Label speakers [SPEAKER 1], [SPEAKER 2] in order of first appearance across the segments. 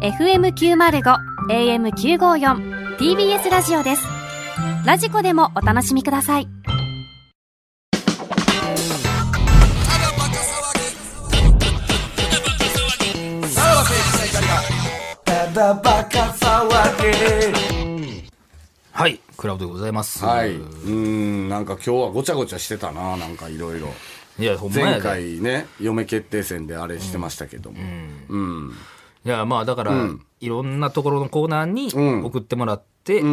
[SPEAKER 1] FM905 AM954 TBS ラジオですラジコでもお楽しみください
[SPEAKER 2] はい、クラブでございます。
[SPEAKER 3] はい。うん、なんか今日はごちゃごちゃしてたな、なんかいろいろ。
[SPEAKER 2] いや、ほんまや
[SPEAKER 3] 前
[SPEAKER 2] で
[SPEAKER 3] 回ね、嫁決定戦であれしてましたけども。うん。
[SPEAKER 2] いや、まあだから、いろんなところのコーナーに
[SPEAKER 3] ん
[SPEAKER 2] 送ってもらって、えー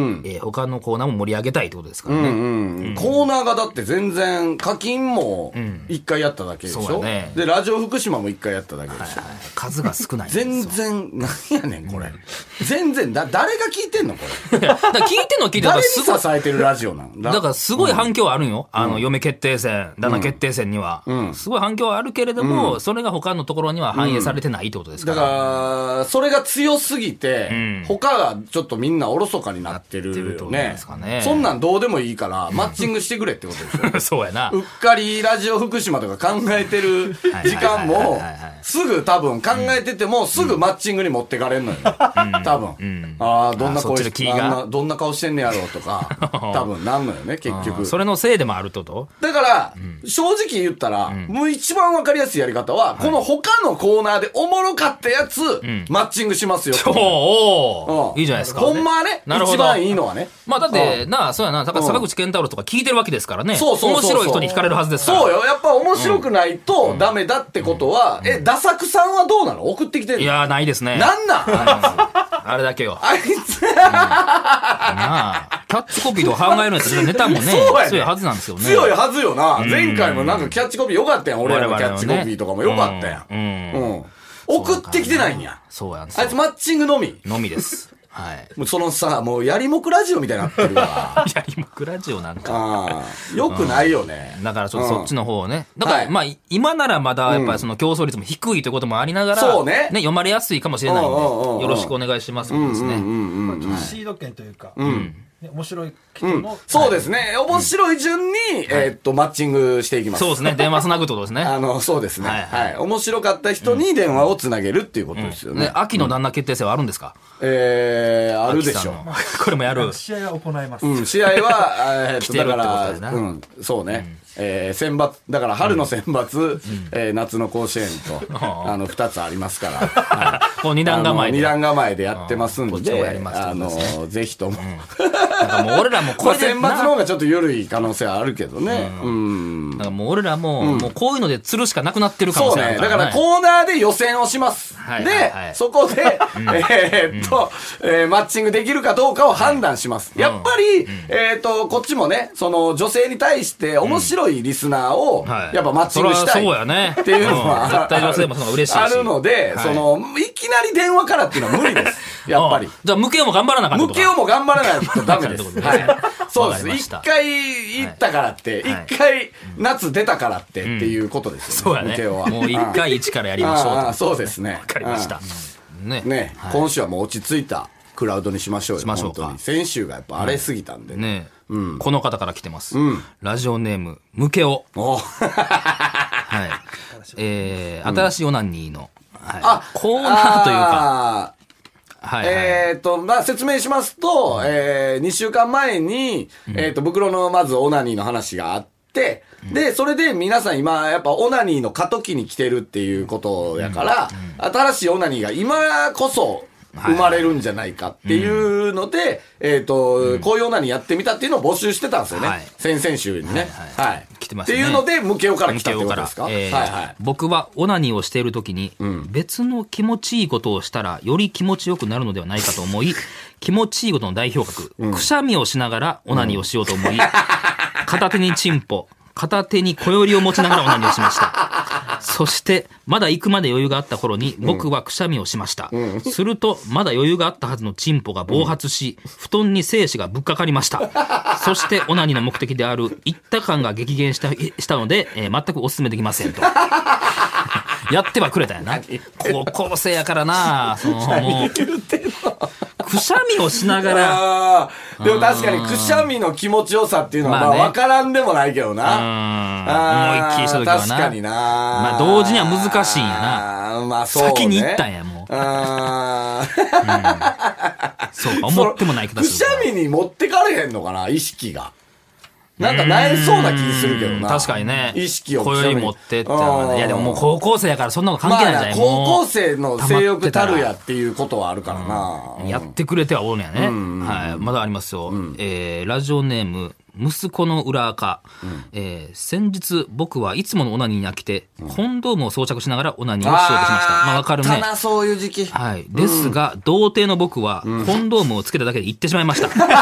[SPEAKER 2] 他のコーナーも盛り上げたいってことですから
[SPEAKER 3] う
[SPEAKER 2] ね。
[SPEAKER 3] んうんコーナーがだって全然課金も一回やっただけでし
[SPEAKER 2] そ
[SPEAKER 3] ょ、
[SPEAKER 2] うだね
[SPEAKER 3] でラジオ福島も一回やっただけでしょ、
[SPEAKER 2] はい数が少ないんですよ。
[SPEAKER 3] 全然なんやねんこれ全然だ誰が聞いてんのこれ
[SPEAKER 2] いやだから聞いてんの聞いてるか
[SPEAKER 3] 誰
[SPEAKER 2] ら
[SPEAKER 3] に
[SPEAKER 2] す
[SPEAKER 3] 支
[SPEAKER 2] ごい。
[SPEAKER 3] えてるラジオなん
[SPEAKER 2] だからすごい反響はあるんよ。あの、嫁決定戦、旦那決定戦には。すごい反響はあるけれども、それが他のところには反映されてないってことですか
[SPEAKER 3] だ
[SPEAKER 2] ら。
[SPEAKER 3] から、それが強すぎて、
[SPEAKER 2] ん
[SPEAKER 3] 他がちょっとみんなおろそかになってる
[SPEAKER 2] なってるっ
[SPEAKER 3] よ
[SPEAKER 2] てことなん
[SPEAKER 3] ね
[SPEAKER 2] ですかね
[SPEAKER 3] そんなんどうでもいいから、マッチングしてくれってことでしょ。
[SPEAKER 2] そうや な
[SPEAKER 3] う。っかりラジオ福島とか考えてる時間
[SPEAKER 2] はいはいはい
[SPEAKER 3] も
[SPEAKER 2] はいはい、
[SPEAKER 3] すぐ多分考えてても、すぐマッチングに持ってかれんのよ。多分。ああ、どんな
[SPEAKER 2] あーそっ
[SPEAKER 3] 顔
[SPEAKER 2] ちの
[SPEAKER 3] し
[SPEAKER 2] 気
[SPEAKER 3] て
[SPEAKER 2] が
[SPEAKER 3] あんなどんな顔してんねやろうと か、多分なんのよね、結
[SPEAKER 2] うん
[SPEAKER 3] 局。
[SPEAKER 2] それのせいでもあるってこと
[SPEAKER 3] だから、正直言ったら、もう一番わかりやすいやり方は、この他のコーナーでおもろかったやつ、マッチングしますよ。
[SPEAKER 2] おーお
[SPEAKER 3] う
[SPEAKER 2] ーいいじゃないですか。
[SPEAKER 3] ほんまはね、
[SPEAKER 2] なるほど
[SPEAKER 3] 一番いいのはね。
[SPEAKER 2] まあだって、なあ、そうやな、だから
[SPEAKER 3] うん
[SPEAKER 2] 坂口健太郎とか聞いてるわけですからね。
[SPEAKER 3] そうそうそうそう
[SPEAKER 2] 面白い人に惹かれるはずですから。
[SPEAKER 3] そうよ。やっぱ面白くないとダメだってことは、え、ダサクさんはどうなの送ってきて
[SPEAKER 2] い
[SPEAKER 3] るの
[SPEAKER 2] やー、ないですね。
[SPEAKER 3] なんなん
[SPEAKER 2] あれだけよ。
[SPEAKER 3] あいつ、
[SPEAKER 2] なあ、キャッチコピーと考えるんですネタもね、
[SPEAKER 3] そうやね
[SPEAKER 2] 強いはずなんですよね。
[SPEAKER 3] 強いはずよな。前回もなんかキャッチコピーよかったやん。俺らのキャッチコピーとかもよかったや
[SPEAKER 2] 我々はね
[SPEAKER 3] ん。
[SPEAKER 2] う
[SPEAKER 3] うん。送ってきてないんや。
[SPEAKER 2] そうやんです
[SPEAKER 3] あ
[SPEAKER 2] よ
[SPEAKER 3] いつマッチングのみ。
[SPEAKER 2] のみです。 はい。
[SPEAKER 3] もうそのさ、もうやりもくラジオみたいになってる わ。
[SPEAKER 2] いや、今、クラジオなんか。
[SPEAKER 3] ああ、よくないよね。
[SPEAKER 2] だからちょっとそっちの方をね。だから、
[SPEAKER 3] はい
[SPEAKER 2] まあ、今ならまだ、やっぱりその競争率も低いということもありながら、
[SPEAKER 3] そうね
[SPEAKER 2] 読まれやすいかもしれないんで、
[SPEAKER 3] うんうんうんうん
[SPEAKER 2] よろしくお願いします。そうですね。
[SPEAKER 4] まあちょっとシード権というか、ね面白い人の、
[SPEAKER 3] そうですね。面白い順に、えーっと、マッチングしていきます。
[SPEAKER 2] そうですね。電話つなぐってことですね。
[SPEAKER 3] あの、そうですね。
[SPEAKER 2] はいは
[SPEAKER 3] はい。面白かった人に電話をつなげるっていうことですよね。
[SPEAKER 2] ね、秋の旦那決定戦はあるんですか、
[SPEAKER 3] えー、あるで
[SPEAKER 2] 秋
[SPEAKER 3] し
[SPEAKER 2] さ
[SPEAKER 3] ょ
[SPEAKER 2] んの。 これ もやる。
[SPEAKER 4] 試合は行います。
[SPEAKER 3] うん、 試合は、えーっと、
[SPEAKER 2] 来てる
[SPEAKER 3] だ
[SPEAKER 2] ってこ
[SPEAKER 3] か
[SPEAKER 2] と
[SPEAKER 3] ら、
[SPEAKER 2] だな
[SPEAKER 3] うん、そうね。えー選抜、だから春の選抜、えー夏の甲子園と、あの、二つありますから。 はい
[SPEAKER 2] こう二段構え
[SPEAKER 3] あの二
[SPEAKER 2] で。なん
[SPEAKER 3] 段構えでやってますん
[SPEAKER 2] うんこっちも
[SPEAKER 3] で、
[SPEAKER 2] やります
[SPEAKER 3] あ
[SPEAKER 2] ってことですね
[SPEAKER 3] の、ぜひとも。
[SPEAKER 2] かもう俺らもこ
[SPEAKER 3] これ
[SPEAKER 2] れで
[SPEAKER 3] 選抜
[SPEAKER 2] な。
[SPEAKER 3] の方がちょっと緩い可能性はあるけどね。うん。
[SPEAKER 2] なんかもう俺らも、もうこういうので釣るしかなくなってる可
[SPEAKER 3] そ
[SPEAKER 2] 能
[SPEAKER 3] う
[SPEAKER 2] 性あ
[SPEAKER 3] ね。
[SPEAKER 2] るか、
[SPEAKER 3] だからら
[SPEAKER 2] ね。
[SPEAKER 3] コーナーで予選をします。
[SPEAKER 2] はいはいは
[SPEAKER 3] で
[SPEAKER 2] い、
[SPEAKER 3] そこで、えーっと、えーマッチングできるかどうかを判断します。やっぱり、えーっと、こっちもね、その女性に対して面白いリスナーを、
[SPEAKER 2] はい
[SPEAKER 3] やっぱマッチングしたい。
[SPEAKER 2] そりゃそうやね
[SPEAKER 3] っていうの
[SPEAKER 2] う
[SPEAKER 3] は、
[SPEAKER 2] ん絶対女性もその方が嬉しいし
[SPEAKER 3] あるので、
[SPEAKER 2] はい
[SPEAKER 3] その、いきなり電話からっていうのは無理です。やっぱり
[SPEAKER 2] うん。じゃあ、向けようも頑張らなあかった
[SPEAKER 3] 向けようも頑張らないとダメで
[SPEAKER 2] わ
[SPEAKER 3] す。
[SPEAKER 2] か
[SPEAKER 3] は
[SPEAKER 2] りま
[SPEAKER 3] い
[SPEAKER 2] した。
[SPEAKER 3] そうです。一
[SPEAKER 2] わか
[SPEAKER 3] 回行ったからって、一、
[SPEAKER 2] はい
[SPEAKER 3] 回夏出たからってっていうことです
[SPEAKER 2] そう
[SPEAKER 3] よね。向
[SPEAKER 2] やね。
[SPEAKER 3] けよは
[SPEAKER 2] もう一回一からやりましょうと。
[SPEAKER 3] あ
[SPEAKER 2] わ
[SPEAKER 3] あそうですね。わ
[SPEAKER 2] かりました。ね。
[SPEAKER 3] ね、今週はもう落ち着いたクラウドにしましょうよ。
[SPEAKER 2] しましょうか
[SPEAKER 3] 本当に先週がやっぱ荒れすぎたんでね。
[SPEAKER 2] ねこの方から来てます。ラジオネーム、向けお。
[SPEAKER 3] お
[SPEAKER 2] はい。えー、新しいオナニーの、はい
[SPEAKER 3] あ
[SPEAKER 2] コーナーというか、
[SPEAKER 3] か。
[SPEAKER 2] はいはい。
[SPEAKER 3] えっと、まあ、説明しますと、えー、2週間前に、えっと、袋のまずオナニーの話があって、で、それで皆さん今、やっぱオナニーの過渡期に来てるっていうことやから、新しいオナニーが今こそ生まれるんじゃないかっていうので、えっと、こういうオナニーやってみたっていうのを募集してたんですよね
[SPEAKER 2] はい。
[SPEAKER 3] 先々週にね。
[SPEAKER 2] はい
[SPEAKER 3] はい。
[SPEAKER 2] 来てましたね
[SPEAKER 3] っていうので、ムケオから来たって
[SPEAKER 2] 向
[SPEAKER 3] こ
[SPEAKER 2] か
[SPEAKER 3] と
[SPEAKER 2] ら
[SPEAKER 3] ですか
[SPEAKER 2] えー
[SPEAKER 3] はいはい。
[SPEAKER 2] 僕はオナニーをしている時に、別の気持ちいいことをしたらより気持ちよくなるのではないかと 思い気持ちいいことの代表格、くしゃみをしながらオナニーをしようと思い、片手にチンポ片手に小よりを持ちながらオナニーをしました。そして、まだ行くまで余裕があった頃に、僕はくしゃみをしました。すると、まだ余裕があったはずのチンポが暴発し、布団に精子がぶっかかりま した。そして、オナニーの目的である、行った感が激減した、したので、えー全くお勧めできませんと。 やってはくれたよな。高校生やからな、その、もう、くしゃみをしながら、
[SPEAKER 3] ああ、でも確かにくしゃみの気持ちよさっていうのは、
[SPEAKER 2] ま
[SPEAKER 3] ま
[SPEAKER 2] あ
[SPEAKER 3] あ、
[SPEAKER 2] ね
[SPEAKER 3] わからんでもないけどな。
[SPEAKER 2] うん思いっきりした時はな
[SPEAKER 3] 確かにな。
[SPEAKER 2] まあ同時には難しいんやな
[SPEAKER 3] な。まあそう、ね。
[SPEAKER 2] 先に行ったんやも
[SPEAKER 3] あ
[SPEAKER 2] そう
[SPEAKER 3] ー
[SPEAKER 2] か、思ってもない気が
[SPEAKER 3] く
[SPEAKER 2] す
[SPEAKER 3] し
[SPEAKER 2] る
[SPEAKER 3] ゃ
[SPEAKER 2] か
[SPEAKER 3] み
[SPEAKER 2] ら。
[SPEAKER 3] に持ってかれへんのかな、意識が。なんか、なえそうな気するけど
[SPEAKER 2] うん
[SPEAKER 3] な。
[SPEAKER 2] 確かにね。
[SPEAKER 3] 意識を
[SPEAKER 2] こ
[SPEAKER 3] くしゃ
[SPEAKER 2] よ
[SPEAKER 3] み
[SPEAKER 2] り
[SPEAKER 3] に
[SPEAKER 2] 持ってってのは
[SPEAKER 3] う
[SPEAKER 2] ね。
[SPEAKER 3] ん
[SPEAKER 2] いや、でももう高校生やからそんなの関係ないじ
[SPEAKER 3] ま
[SPEAKER 2] ゃ
[SPEAKER 3] あ
[SPEAKER 2] な
[SPEAKER 3] ない高
[SPEAKER 2] もう
[SPEAKER 3] 校生の性欲たるやっていうことはあるからな。
[SPEAKER 2] やってくれてはおるんやね。はい。まだありますよ。えーラジオネーム、息子の裏垢。えー先日僕はいつものオナニーに飽きて、コンドームを装着しながらオナニーをしようとしました。まあわかる
[SPEAKER 3] あっ
[SPEAKER 2] ね
[SPEAKER 3] た。な、そういう時期。
[SPEAKER 2] はい。ですが、童貞の僕は、コンドームをつけただけで行ってしまい ました。わか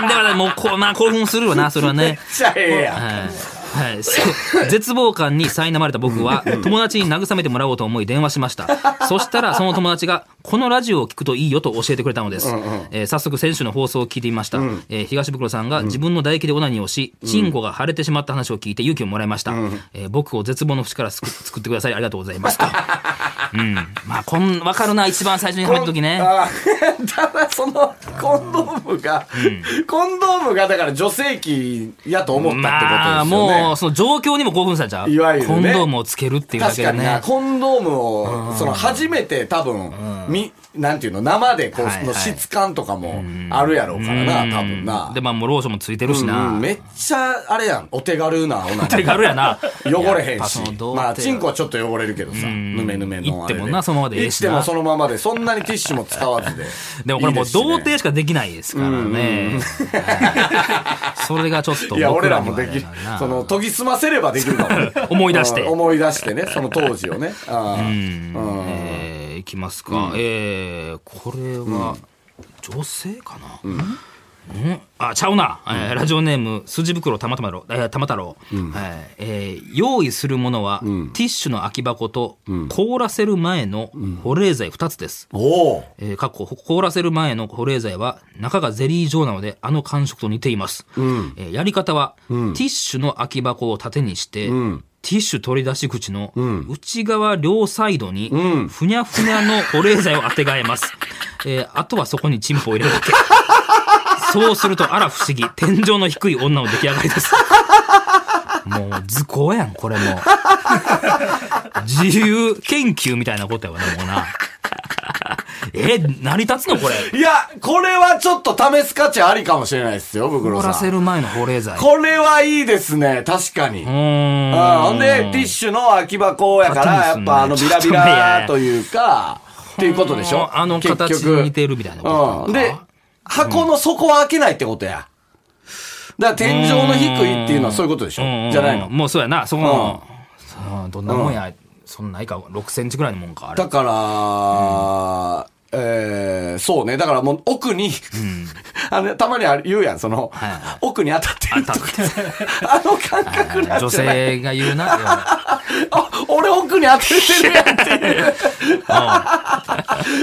[SPEAKER 2] らんではない。もう、こう、まあ、興奮するわな、それはね。
[SPEAKER 3] めっちゃええやん。
[SPEAKER 2] はいはい、そう絶望感に苛まれた僕は友達に慰めてもらおうと思い電話しましたそしたらその友達が「このラジオを聞くといいよ」と教えてくれたのです、えー早速先週の放送を聞いてみました、えー東袋さんが自分の唾液でオナニーをしチンコが腫れてしまった話を聞いて勇気をもらいました、えー僕を絶望の淵から救救ってくださいありがとうございますとうんまあこん分かるな一番最初に入った時ね
[SPEAKER 3] あー ただそのコンドームが、コンドームがだから女性器やと思ったって
[SPEAKER 2] まあ
[SPEAKER 3] ことですよね。
[SPEAKER 2] もうその状況にも興奮されちゃう
[SPEAKER 3] いわゆるね
[SPEAKER 2] コンドームをつけるっていうだ
[SPEAKER 3] 確
[SPEAKER 2] け
[SPEAKER 3] か
[SPEAKER 2] で
[SPEAKER 3] にな、
[SPEAKER 2] ね
[SPEAKER 3] コンドームを、その初めて多分、み、なんていうの、生でこ、
[SPEAKER 2] はいう
[SPEAKER 3] の
[SPEAKER 2] はい
[SPEAKER 3] 質感とかもあるやろうからな、多分
[SPEAKER 2] う。
[SPEAKER 3] なん
[SPEAKER 2] で、まあ、もうローションもついてるしな。
[SPEAKER 3] うんめっちゃ、あれやん、お手軽な、おな
[SPEAKER 2] 手軽 やな。
[SPEAKER 3] 汚れへんし
[SPEAKER 2] やっぱその。童貞
[SPEAKER 3] まあ、チンコはちょっと汚れるけどさ、ぬめぬめのあれ
[SPEAKER 2] 行ってもなそのままでええ
[SPEAKER 3] 行っ
[SPEAKER 2] してな
[SPEAKER 3] もそのままで、そんなにティッシュも使わずで。
[SPEAKER 2] でもこれもう
[SPEAKER 3] いいですしね
[SPEAKER 2] 童貞しかできないですからね。はい それがちょっと
[SPEAKER 3] いや、
[SPEAKER 2] 僕
[SPEAKER 3] 俺
[SPEAKER 2] ら
[SPEAKER 3] ら
[SPEAKER 2] に
[SPEAKER 3] も
[SPEAKER 2] は
[SPEAKER 3] で
[SPEAKER 2] ね
[SPEAKER 3] きる
[SPEAKER 2] な。。
[SPEAKER 3] その、研ぎ澄ませればできるかもね
[SPEAKER 2] 思い出して
[SPEAKER 3] うん思い出してね、その当時を ね。あーうん
[SPEAKER 2] えーいきますか。えーこれは、女性かな、んあ、ちゃうな、えーラジオネーム、筋袋たまたまろ、えー、たま太郎、はいえー用意するものは、ティッシュの空き箱と、凍らせる前の保冷剤2つです。
[SPEAKER 3] おお。
[SPEAKER 2] えー、かっこ凍らせる前の保冷剤は中がゼリー状なのであの感触と似ています、えーやり方は、ティッシュの空き箱を縦にして、ティッシュ取り出し口の内側両サイドにふにゃふにゃの保冷剤をあてがえます、 えーあとはそこにチンポを入れるだけそうするとあら不思議天井の低い女の出来上がりですもう図工やんこれも 自由研究みたいなことやわなもうなえ成り立つのこれ
[SPEAKER 3] いや、これはちょっと試す価値ありかもしれないですよ、ブクロ
[SPEAKER 2] 凍ら
[SPEAKER 3] さ
[SPEAKER 2] せ
[SPEAKER 3] ん。
[SPEAKER 2] る前の保冷剤
[SPEAKER 3] これはいいですね、確かに。うん。
[SPEAKER 2] ん
[SPEAKER 3] ほんで、ティッシュの空き箱やから、
[SPEAKER 2] あ
[SPEAKER 3] や
[SPEAKER 2] テ
[SPEAKER 3] っ
[SPEAKER 2] ニスのね
[SPEAKER 3] ぱあの、ビラビ
[SPEAKER 2] ちょっといやい
[SPEAKER 3] ラ
[SPEAKER 2] や
[SPEAKER 3] というか、っていうことでしょ
[SPEAKER 2] あの
[SPEAKER 3] 結局
[SPEAKER 2] 形に似てるみたいなことなのか
[SPEAKER 3] うん。で、箱の底は開けないってことや。だから天井の低いっていうのはそういうことでしょ
[SPEAKER 2] うんうん
[SPEAKER 3] じゃないの。
[SPEAKER 2] もうそうやなそこの、さあどんなもんや、そんないか6センチぐらいのもんかあれ
[SPEAKER 3] だから、えーそうね。だからもう奥に、 あの、たまにある言うやん、その、
[SPEAKER 2] はいはい
[SPEAKER 3] 奥に当たってるとか、 あの感覚なん
[SPEAKER 2] 女
[SPEAKER 3] じゃない
[SPEAKER 2] 性が言うないや
[SPEAKER 3] あ俺奥に当ててるやんっていう。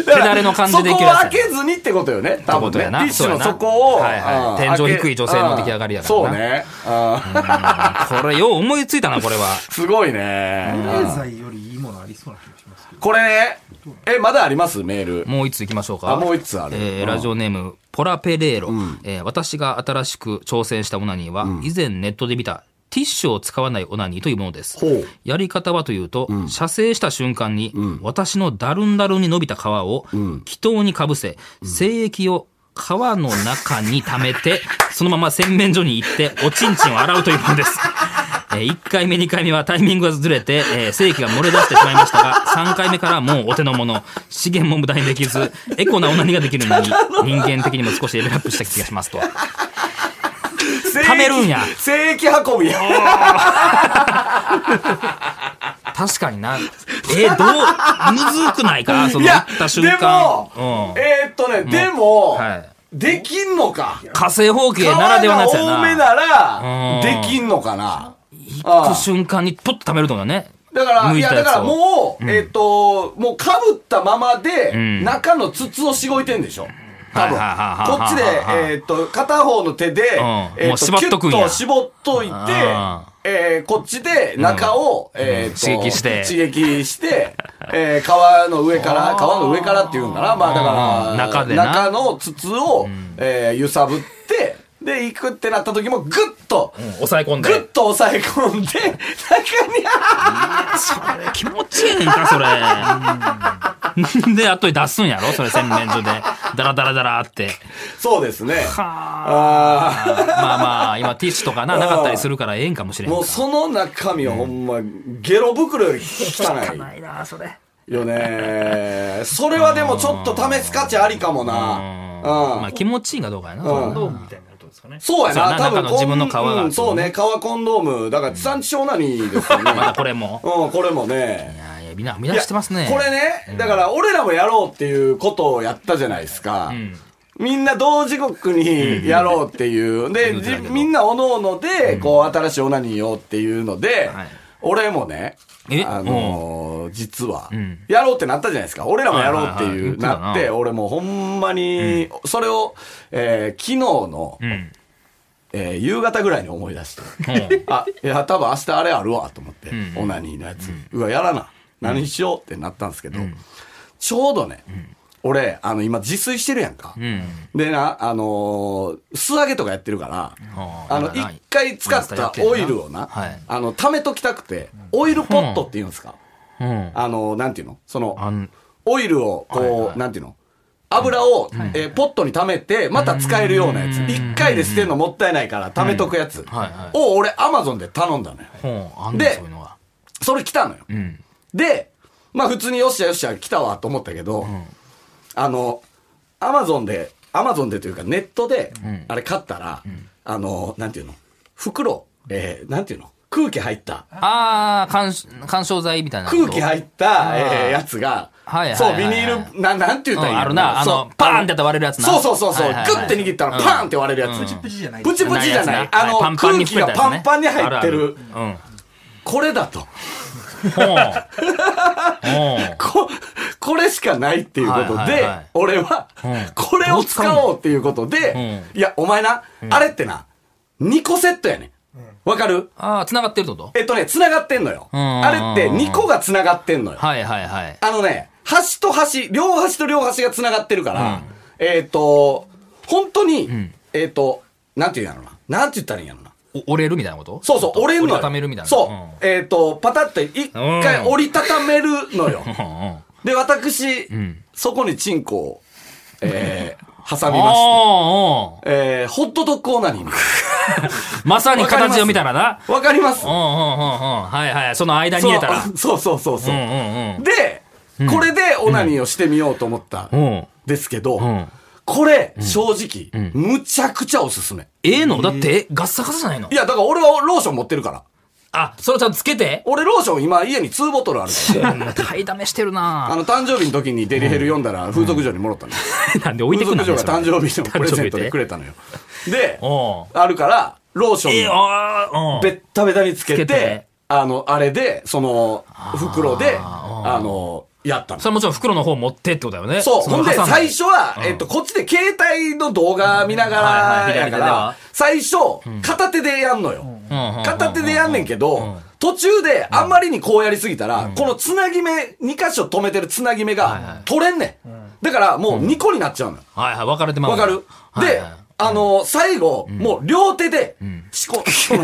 [SPEAKER 2] 手だれの感じでいける
[SPEAKER 3] そこ
[SPEAKER 2] や
[SPEAKER 3] を
[SPEAKER 2] つ
[SPEAKER 3] 開
[SPEAKER 2] や
[SPEAKER 3] けずにってことよね。多
[SPEAKER 2] ってこと
[SPEAKER 3] 分ね。
[SPEAKER 2] やな
[SPEAKER 3] ティッシュの
[SPEAKER 2] そうやな
[SPEAKER 3] 底を。
[SPEAKER 2] はいはい
[SPEAKER 3] うん
[SPEAKER 2] 天井低い女性の出来上がりやからな
[SPEAKER 3] うんそうね。 うん
[SPEAKER 2] これよう思いついたなこれは
[SPEAKER 3] すごいね。
[SPEAKER 4] 保冷剤よりいいものありそうな気がしますけど
[SPEAKER 3] これね、え、まだありますメール。
[SPEAKER 2] もう一ついきましょうか
[SPEAKER 3] あ、もう一つある。
[SPEAKER 2] えー
[SPEAKER 3] うん
[SPEAKER 2] ラジオネーム、ポラペレーロ、えー私が新しく挑戦したオナニーは、以前ネットで見たティッシュを使わないオナニーというものです
[SPEAKER 3] ほう。
[SPEAKER 2] やり方はというと、射精した瞬間に、私のダルンダルンに伸びた皮を、気筒にかぶせ、精液を皮の中に溜めて、そのまま洗面所に行って、おちんちんを洗うというもの です。え1回目、2回目はタイミングがずれて、えー、精液が漏れ出してしまいましたが、3回目からもうお手の物、資源も無駄にできず、エコなオナニができるのに、人間的にも少しレベルアップした気がしますと。貯めるんや
[SPEAKER 3] 正規運びや。
[SPEAKER 2] 確かにな。えーどう、むずくないかそ
[SPEAKER 3] い
[SPEAKER 2] の、行
[SPEAKER 3] や
[SPEAKER 2] った瞬間。
[SPEAKER 3] でも、
[SPEAKER 2] うん。
[SPEAKER 3] えーっとね、でも、
[SPEAKER 2] はい
[SPEAKER 3] できんのか。
[SPEAKER 2] 火星方形ならではのやつや
[SPEAKER 3] 川が多め
[SPEAKER 2] な。
[SPEAKER 3] なら、
[SPEAKER 2] うん
[SPEAKER 3] できんのかな。
[SPEAKER 2] 行く瞬間に、ポッと貯めるのがね。
[SPEAKER 3] だから、
[SPEAKER 2] 剥
[SPEAKER 3] い
[SPEAKER 2] いた
[SPEAKER 3] や、
[SPEAKER 2] やつ
[SPEAKER 3] だ
[SPEAKER 2] を
[SPEAKER 3] からもう、えーっと、もう被ったままで、
[SPEAKER 2] ん
[SPEAKER 3] 中の筒をしごいてんでしょ。多分。
[SPEAKER 2] はいはいはいはい
[SPEAKER 3] こっちで、えーっと、片方の手で、え
[SPEAKER 2] も
[SPEAKER 3] ー
[SPEAKER 2] う
[SPEAKER 3] っ
[SPEAKER 2] 縛っ
[SPEAKER 3] キュ
[SPEAKER 2] とくん
[SPEAKER 3] ッ
[SPEAKER 2] や
[SPEAKER 3] と絞っといて
[SPEAKER 2] あ、
[SPEAKER 3] えーこっちで中を、えーっと
[SPEAKER 2] 刺激して
[SPEAKER 3] 刺激して、えー川の上から、川の上からっていうんかな。まあだ
[SPEAKER 2] う
[SPEAKER 3] から、
[SPEAKER 2] ん中でな
[SPEAKER 3] の筒を、えー揺さぶって、で、行くってなった時も、ぐっと、
[SPEAKER 2] うん抑え込んで。
[SPEAKER 3] ぐっと押さえ込んで、中に、
[SPEAKER 2] それ気持ちいいねんか、それ。なん で、後で出すんやろそれ洗面所で。ダラダラダラって。
[SPEAKER 3] そうですね。
[SPEAKER 2] は
[SPEAKER 3] あ
[SPEAKER 2] まあまあ、今ティッシュとかな、なかったりするからええんかもし
[SPEAKER 3] ー
[SPEAKER 2] れんか。
[SPEAKER 3] もうその中身はほんま、ゲロ袋より汚
[SPEAKER 2] いな、それ。
[SPEAKER 3] いよね。それはでもちょっと試す価値ありかも
[SPEAKER 2] うん。
[SPEAKER 3] な。うん
[SPEAKER 2] まあ気持ちいいかどうかやな。
[SPEAKER 3] うん
[SPEAKER 4] ドームみたいなことですかね。
[SPEAKER 3] そうやな、
[SPEAKER 2] そうやな
[SPEAKER 3] 多分
[SPEAKER 2] 中の自分の皮が
[SPEAKER 3] うんそうね、皮コンドーム。だから地産地消なにですよね。
[SPEAKER 2] またこれも。
[SPEAKER 3] うん、これもね
[SPEAKER 2] い。やいや、みんな、みんなしてますね。
[SPEAKER 3] これね、だから俺らもやろうっていうことをやったじゃないですか。
[SPEAKER 2] ん
[SPEAKER 3] みんな同時刻にやろうっていう。で、
[SPEAKER 2] うん
[SPEAKER 3] じみんなおのおので、こう、新しいオナニーをっていうので、
[SPEAKER 2] はい
[SPEAKER 3] 俺もね、
[SPEAKER 2] え
[SPEAKER 3] あのー実は、
[SPEAKER 2] ん
[SPEAKER 3] やろうってなったじゃないですか。俺らもやろうって
[SPEAKER 2] はいは
[SPEAKER 3] い
[SPEAKER 2] い
[SPEAKER 3] う、
[SPEAKER 2] はい言ってたな
[SPEAKER 3] なって、俺もうほんまに、それを、えー昨日の、
[SPEAKER 2] うん。
[SPEAKER 3] えー夕方ぐらいに思い出して。
[SPEAKER 2] うん
[SPEAKER 3] あ、いや、多分明日あれあるわ、と思って、
[SPEAKER 2] ん
[SPEAKER 3] オナニーのやつ。うわ、やらな。何しようってなったんですけど、ちょうどね、俺、あの、今自炊してるやんか。
[SPEAKER 2] うん。
[SPEAKER 3] でな、あのー素揚げとかやってるから、
[SPEAKER 2] あー
[SPEAKER 3] あの、
[SPEAKER 2] なんかない
[SPEAKER 3] 一回使ったオイルをな、
[SPEAKER 2] はい
[SPEAKER 3] あの、溜めときたくて、オイルポットって言うんですか、
[SPEAKER 2] うん。
[SPEAKER 3] あの、なんていうのその、
[SPEAKER 2] あん、
[SPEAKER 3] オイルを、こう、
[SPEAKER 2] はいはい
[SPEAKER 3] なんていうの油を、えーポットに溜めて、また使えるようなやつ。一回で捨てるのもったいないから、溜めとくやつ。
[SPEAKER 2] はいはい
[SPEAKER 3] を、俺、アマゾンで頼んだのよ。
[SPEAKER 2] うん。あん
[SPEAKER 3] で
[SPEAKER 2] ねそういうのが。
[SPEAKER 3] それ来たのよ。
[SPEAKER 2] うん。
[SPEAKER 3] で、まあ普通によっしゃよっしゃ来たわと思ったけど、あの、アマゾンで、アマゾンでというかネットで、あれ買ったら、あの、なんていうの袋、えーなんていうの空気入った。
[SPEAKER 2] ああ、干干渉剤みたいなこと。
[SPEAKER 3] 空気入った、えーやつが
[SPEAKER 2] はいはい、
[SPEAKER 3] そう、
[SPEAKER 2] はい
[SPEAKER 3] ビ
[SPEAKER 2] は
[SPEAKER 3] ニ
[SPEAKER 2] い
[SPEAKER 3] ール、ななんて言ったらいい
[SPEAKER 2] うんあるなあの
[SPEAKER 3] そう
[SPEAKER 2] パーンってやったら割れるやつな
[SPEAKER 3] そうそうそうそう。
[SPEAKER 2] はいはいは
[SPEAKER 3] グ
[SPEAKER 2] い
[SPEAKER 3] ッて握ったらパーンって割れるやつ。
[SPEAKER 2] うんプ
[SPEAKER 4] プチプチじゃない
[SPEAKER 3] プチプチじゃない。あの、空気がパンパンに入ってる。
[SPEAKER 2] うん。
[SPEAKER 3] これだと。
[SPEAKER 2] ほう。ほう。
[SPEAKER 3] こ、これしかないっていうことで、
[SPEAKER 2] はいはいはい
[SPEAKER 3] 俺は
[SPEAKER 2] うん、
[SPEAKER 3] これを使おうっていうことで、いや、お前な、あれってな、2個セットやねん。わかる
[SPEAKER 2] ああ、繋がってるってこと
[SPEAKER 3] えっとね、繋がってんのよ。
[SPEAKER 2] んうんうん
[SPEAKER 3] あれって2個が繋がってんのよ。
[SPEAKER 2] はいはいはい。
[SPEAKER 3] あのね、端と端、両端と両端が繋がってるから、えっ、と、本当に、えっ、と、なんて言うんやろな。なんて言ったらいいんやろな。
[SPEAKER 2] お折れるみたいなこと
[SPEAKER 3] そうそう、折れんのよ。
[SPEAKER 2] 折りためるみたいな。
[SPEAKER 3] そう。
[SPEAKER 2] う
[SPEAKER 3] えっ、と、パタッと一回折りたためるのよ。
[SPEAKER 2] ん。うんうん
[SPEAKER 3] で、私、
[SPEAKER 2] ん
[SPEAKER 3] そこにチンコを、えー、挟みまして、
[SPEAKER 2] おーおー
[SPEAKER 3] えー、ホットドッグオナニーに。
[SPEAKER 2] まさに形を見たらな。
[SPEAKER 3] わかります
[SPEAKER 2] うんうんうんうん。はいはい。その間に入れたら。
[SPEAKER 3] そうそうそうそうう。
[SPEAKER 2] んうん
[SPEAKER 3] で、これでオナニーをしてみようと思った
[SPEAKER 2] うんん。うん。
[SPEAKER 3] ですけど、
[SPEAKER 2] ん
[SPEAKER 3] これ、正直、むちゃくちゃおすすめ。
[SPEAKER 2] ええのだって、ガッサガサじゃないの
[SPEAKER 3] いや、だから俺はローション持ってるから。
[SPEAKER 2] あ、それちゃんとつけて。
[SPEAKER 3] 俺ローション今家に2ボトルあるから。
[SPEAKER 2] 買いだめしてるな
[SPEAKER 3] あの、誕生日の時にデリヘル読んだら風俗嬢にもろったの。
[SPEAKER 2] なんで置いて
[SPEAKER 3] 風
[SPEAKER 2] くん
[SPEAKER 3] 俗
[SPEAKER 2] の
[SPEAKER 3] 嬢が誕生日のプレゼントでくれたのよ。で、あるから、ローション。
[SPEAKER 2] えあーうん
[SPEAKER 3] ベッタベタにつけて、
[SPEAKER 2] つけて
[SPEAKER 3] あの、あれで、その、袋で、あの、やったの
[SPEAKER 2] そ。れはもちろん袋の方持ってってことだよ ね。
[SPEAKER 3] そう。
[SPEAKER 2] の
[SPEAKER 3] ほんで、
[SPEAKER 2] 挟だ
[SPEAKER 3] 最初は、えっと、こっちで携帯の動画見ながら
[SPEAKER 2] うんはいはい
[SPEAKER 3] や
[SPEAKER 2] 左手
[SPEAKER 3] か
[SPEAKER 2] では
[SPEAKER 3] ら、最初、片手でやんのよ。
[SPEAKER 2] うんうん
[SPEAKER 3] 片手でやんねんけど、途中であんまりにこうやりすぎたら、このつなぎ目、2箇所止めてるつなぎ目が取れんねん。だから、もう2個になっちゃうのよ。
[SPEAKER 2] はいはい、分かれてまう
[SPEAKER 3] わかる
[SPEAKER 2] はい
[SPEAKER 3] で
[SPEAKER 2] はい、
[SPEAKER 3] あの、最後、もう両手で、しこ、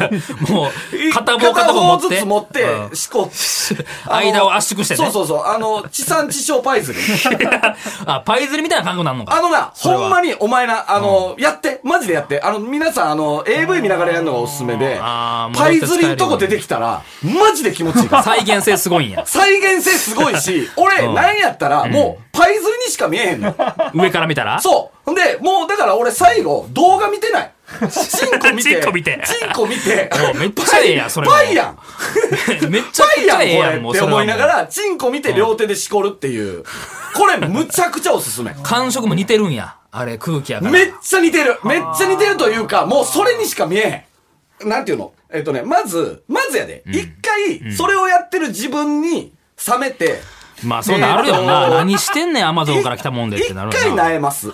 [SPEAKER 2] もう、片方
[SPEAKER 3] 片
[SPEAKER 2] 片
[SPEAKER 3] 方
[SPEAKER 2] 方持
[SPEAKER 3] ず
[SPEAKER 2] って。
[SPEAKER 3] つ持って
[SPEAKER 2] うん、
[SPEAKER 3] しこ、あの
[SPEAKER 2] 間を圧縮してね。
[SPEAKER 3] そうそうそう。あの、地産地消パイズル。
[SPEAKER 2] あ、パイズリみたいな感覚なんのか。
[SPEAKER 3] あのな、
[SPEAKER 2] それは
[SPEAKER 3] ほんまにお前な、あの、やって、マジでやって。あの、皆さん、あの、AV 見ながらやるのがおすすめで、
[SPEAKER 2] あ
[SPEAKER 3] パ
[SPEAKER 2] ー戻っ
[SPEAKER 3] イ
[SPEAKER 2] て
[SPEAKER 3] ズリんとこ出てきたら、マジで気持 ちいいから。
[SPEAKER 2] 再現性すごいんや。
[SPEAKER 3] 再現性すごいし、俺、
[SPEAKER 2] うん
[SPEAKER 3] なんやったら、もう、パイズリにしか見えへ んの。
[SPEAKER 2] 上から見たら
[SPEAKER 3] そう。ほんで、もうだから俺最後、動画見てない。チンコ見て。
[SPEAKER 2] チンコ見て
[SPEAKER 3] チンコ見て
[SPEAKER 2] お。めっちゃええやんそれも
[SPEAKER 3] パイやん。
[SPEAKER 2] めっちゃ
[SPEAKER 3] パ
[SPEAKER 2] く
[SPEAKER 3] イ
[SPEAKER 2] ちゃええ
[SPEAKER 3] や
[SPEAKER 2] や
[SPEAKER 3] ん、
[SPEAKER 2] ん、
[SPEAKER 3] こ
[SPEAKER 2] もう
[SPEAKER 3] れって
[SPEAKER 2] それはも
[SPEAKER 3] 思
[SPEAKER 2] う
[SPEAKER 3] いながら、チンコ見て両手でしこるっていう。これ、むちゃくちゃおすすめ。
[SPEAKER 2] 感触も似てるんや。あれ、空気やから。
[SPEAKER 3] めっちゃ似てる。めっちゃ似てるというか、もうそれにしか見えへん。なんていうのえっとね、まず、まずやで、一回、それをやってる自分に冷めて、
[SPEAKER 2] まあ、そうなるよ
[SPEAKER 3] え
[SPEAKER 2] な。
[SPEAKER 3] ーと
[SPEAKER 2] 何してんねん、アマゾンから来たもんでって
[SPEAKER 3] 一
[SPEAKER 2] なる
[SPEAKER 3] 回
[SPEAKER 2] よな。
[SPEAKER 3] 萎えます。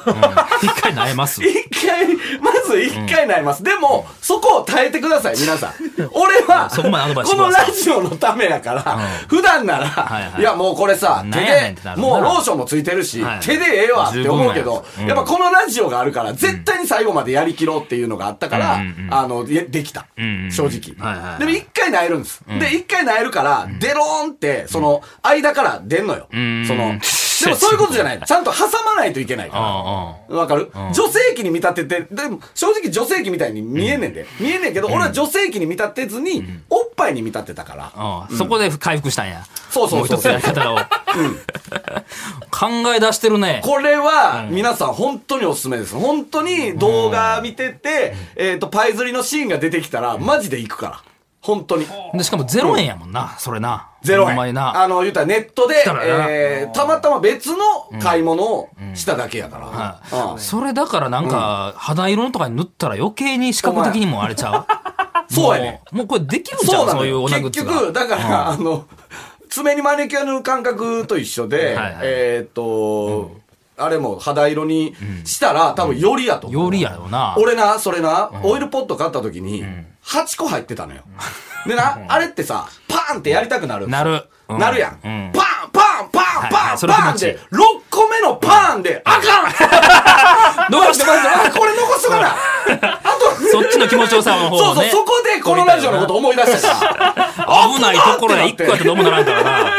[SPEAKER 2] 一回なえます。
[SPEAKER 3] 一回、まず一回なります。でも、そこを耐えてください、皆さん。俺は、
[SPEAKER 2] そこまでアドバイスし
[SPEAKER 3] この
[SPEAKER 2] ます
[SPEAKER 3] ラジオのためやから、普段なら、
[SPEAKER 2] はい
[SPEAKER 3] い
[SPEAKER 2] はい
[SPEAKER 3] や、もうこれさ、手
[SPEAKER 2] なんやねんってな
[SPEAKER 3] で、
[SPEAKER 2] る
[SPEAKER 3] もう
[SPEAKER 2] な
[SPEAKER 3] ローションもついてるし、
[SPEAKER 2] はい
[SPEAKER 3] 手でええわって思うけど、
[SPEAKER 2] 十分や
[SPEAKER 3] やっぱこのラジオがあるから、絶対に最後までやりきろうっていうのがあったから、あの、でできた。
[SPEAKER 2] んうん
[SPEAKER 3] 正直。
[SPEAKER 2] はいはいはい
[SPEAKER 3] でも一回なえるんです。で、一回なえるから、デローンって、その、間から出んのよ。その、でもそういうことじゃ ない。ちゃんと挟まないといけないから。
[SPEAKER 2] あ
[SPEAKER 3] わかる、女性器に見立てて、でも正直女性器みたいに見えんねんで。見えんねんけど、俺は女性器に見立てずに、おっぱいに見立てたから。
[SPEAKER 2] あああそこで回復したんや。
[SPEAKER 3] そうそうそう
[SPEAKER 2] もう一つやり方を。考え出してるね。
[SPEAKER 3] これは、皆さん本当におすすめです。本当に動画見てて、えっ、と、パイ釣りのシーンが出てきたら、マジで行くから。本当に。
[SPEAKER 2] でしかも0円やもんな、それな。
[SPEAKER 3] 0
[SPEAKER 2] お前
[SPEAKER 3] 円。
[SPEAKER 2] な。
[SPEAKER 3] あの、言ったらネットで、
[SPEAKER 2] たらな
[SPEAKER 3] えーたまたま別の買い物をしただけやから。
[SPEAKER 2] は
[SPEAKER 3] うん
[SPEAKER 2] い、それだからなんか、肌色のとかに塗ったら余計に視覚的にもあれちゃう
[SPEAKER 3] そうやね
[SPEAKER 2] もうもうこれできるじゃ、
[SPEAKER 3] そうんな
[SPEAKER 2] そ
[SPEAKER 3] の
[SPEAKER 2] ういう
[SPEAKER 3] よ。
[SPEAKER 2] オナグ
[SPEAKER 3] 結
[SPEAKER 2] ッズが。
[SPEAKER 3] 局、だから、あの、爪にマネキュア塗る感覚と一緒で、
[SPEAKER 2] はいはい
[SPEAKER 3] えーっと、あれも肌色にしたら、多分よりやと思う。
[SPEAKER 2] よりやろな。
[SPEAKER 3] 俺な、それな、オイルポット買った時に、8個入ってたのよ。でな、あれってさ、パーンってやりたくなる。
[SPEAKER 2] なるうん
[SPEAKER 3] なるやん。パ
[SPEAKER 2] う
[SPEAKER 3] ーン
[SPEAKER 2] ん
[SPEAKER 3] パーンパーンパ
[SPEAKER 2] はいは
[SPEAKER 3] ー
[SPEAKER 2] い
[SPEAKER 3] ン
[SPEAKER 2] そ
[SPEAKER 3] パ
[SPEAKER 2] れ
[SPEAKER 3] ー
[SPEAKER 2] 気
[SPEAKER 3] ン
[SPEAKER 2] 持ちいい
[SPEAKER 3] で、6個目のパーンで、あかん
[SPEAKER 2] 残
[SPEAKER 3] マ
[SPEAKER 2] し
[SPEAKER 3] ジ
[SPEAKER 2] て
[SPEAKER 3] でマジであこれ残しとかな。あと、
[SPEAKER 2] そっちの気持ちよさの方
[SPEAKER 3] そう
[SPEAKER 2] を
[SPEAKER 3] そう、
[SPEAKER 2] ね。
[SPEAKER 3] そこでこのラジオのこと思い出したから。
[SPEAKER 2] 危ないと ころや一個やってどうもならんからな。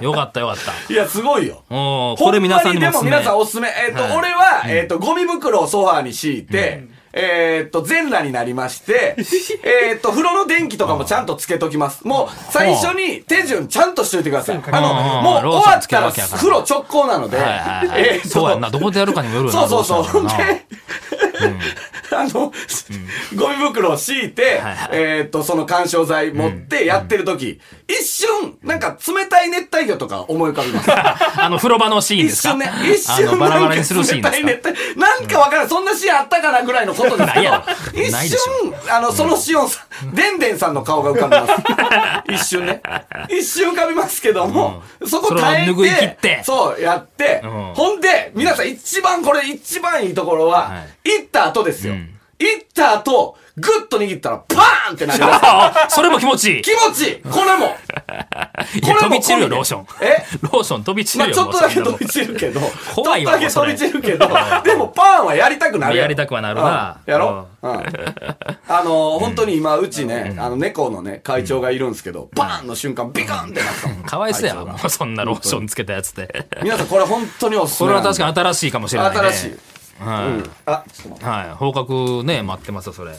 [SPEAKER 2] よかったよかった。
[SPEAKER 3] いや、すごいよ。
[SPEAKER 2] お
[SPEAKER 3] ほ
[SPEAKER 2] ー これ
[SPEAKER 3] ん
[SPEAKER 2] 皆
[SPEAKER 3] ま
[SPEAKER 2] さん
[SPEAKER 3] に
[SPEAKER 2] にも
[SPEAKER 3] で
[SPEAKER 2] おす
[SPEAKER 3] も
[SPEAKER 2] すめ
[SPEAKER 3] 皆さんおすすめ。えっと、
[SPEAKER 2] はい
[SPEAKER 3] 俺は、えっと、ゴミ袋をソファーに敷いて、えっと、全裸になりまして、 えっと、風呂の電気とかもちゃんとつけときます。もう、最初に手順ちゃんとしといてください。あの、
[SPEAKER 2] うん
[SPEAKER 3] もう
[SPEAKER 2] ロ
[SPEAKER 3] 終
[SPEAKER 2] ーシ
[SPEAKER 3] わ
[SPEAKER 2] ョン
[SPEAKER 3] っ
[SPEAKER 2] つけ
[SPEAKER 3] た
[SPEAKER 2] る
[SPEAKER 3] ら
[SPEAKER 2] わけやから
[SPEAKER 3] 風呂直行なので、
[SPEAKER 2] はいはいはい
[SPEAKER 3] えっと
[SPEAKER 2] そうやんな。どこでやるかにもよるよな。
[SPEAKER 3] そうそうそう。ほ
[SPEAKER 2] ど
[SPEAKER 3] ん
[SPEAKER 2] う
[SPEAKER 3] で
[SPEAKER 2] したんやろな、
[SPEAKER 3] あの、ゴミ袋を敷いて
[SPEAKER 2] はいは、い
[SPEAKER 3] えーっと、その干渉剤持ってやってる時、一瞬、なんか冷たい熱帯魚とか思い浮かび ます。
[SPEAKER 2] あの、風呂場のシーンで
[SPEAKER 3] 一
[SPEAKER 2] すか
[SPEAKER 3] 瞬ね、一
[SPEAKER 2] あの、
[SPEAKER 3] 瞬
[SPEAKER 2] バラ
[SPEAKER 3] な
[SPEAKER 2] バ
[SPEAKER 3] んか
[SPEAKER 2] ラにするシーン
[SPEAKER 3] 冷
[SPEAKER 2] で
[SPEAKER 3] た
[SPEAKER 2] す
[SPEAKER 3] い
[SPEAKER 2] か
[SPEAKER 3] 熱帯、なんかわからん、そんなシーンあったかなぐらいのことです
[SPEAKER 2] ない
[SPEAKER 3] けど
[SPEAKER 2] や、ろ
[SPEAKER 3] 一
[SPEAKER 2] ないでし
[SPEAKER 3] 瞬、あの、そのシオンさん、でんでんさんの顔が浮かび ます。一瞬ね。一瞬浮かびますけども、そこ耐え
[SPEAKER 2] それを拭い切ってて、
[SPEAKER 3] そう、やって、
[SPEAKER 2] うん
[SPEAKER 3] ほんで、皆さん一番、これ一番いいところは
[SPEAKER 2] は、
[SPEAKER 3] 行った後ですよ
[SPEAKER 2] うん。
[SPEAKER 3] 行った後、グッと握ったら、パーンってなります。
[SPEAKER 2] ああ それも気持ちいい。
[SPEAKER 3] 気持ちいい これも
[SPEAKER 2] いや
[SPEAKER 3] これ
[SPEAKER 2] 飛
[SPEAKER 3] も
[SPEAKER 2] び散る
[SPEAKER 3] 込
[SPEAKER 2] よ、
[SPEAKER 3] んで
[SPEAKER 2] ローション。
[SPEAKER 3] え
[SPEAKER 2] ローション飛び散
[SPEAKER 3] まあ
[SPEAKER 2] るよ、
[SPEAKER 3] ちょっとだけ
[SPEAKER 2] ローション
[SPEAKER 3] 飛び散るけど、ちょっと
[SPEAKER 2] 怖い
[SPEAKER 3] だ
[SPEAKER 2] わ
[SPEAKER 3] け
[SPEAKER 2] そ
[SPEAKER 3] 飛
[SPEAKER 2] れ
[SPEAKER 3] び散るけ ど、でもパンはやりたくなる
[SPEAKER 2] やりたくはなるな
[SPEAKER 3] うんやろうん あの、本当に今、うちね、あの、猫のね、会長がいるんですけど、バーンの瞬間、ビカンってなったもん
[SPEAKER 2] かわいそうやろ、もうそんなローションつけたやつで。
[SPEAKER 3] 皆さん、これ本当におすす
[SPEAKER 2] そ
[SPEAKER 3] め
[SPEAKER 2] れ
[SPEAKER 3] なん
[SPEAKER 2] は
[SPEAKER 3] で。
[SPEAKER 2] 確かに新しいかもしれないね。
[SPEAKER 3] 新しい。
[SPEAKER 2] はい。
[SPEAKER 3] うんあ、ちょっと待
[SPEAKER 2] はい。方角ね、待ってますよ、それ。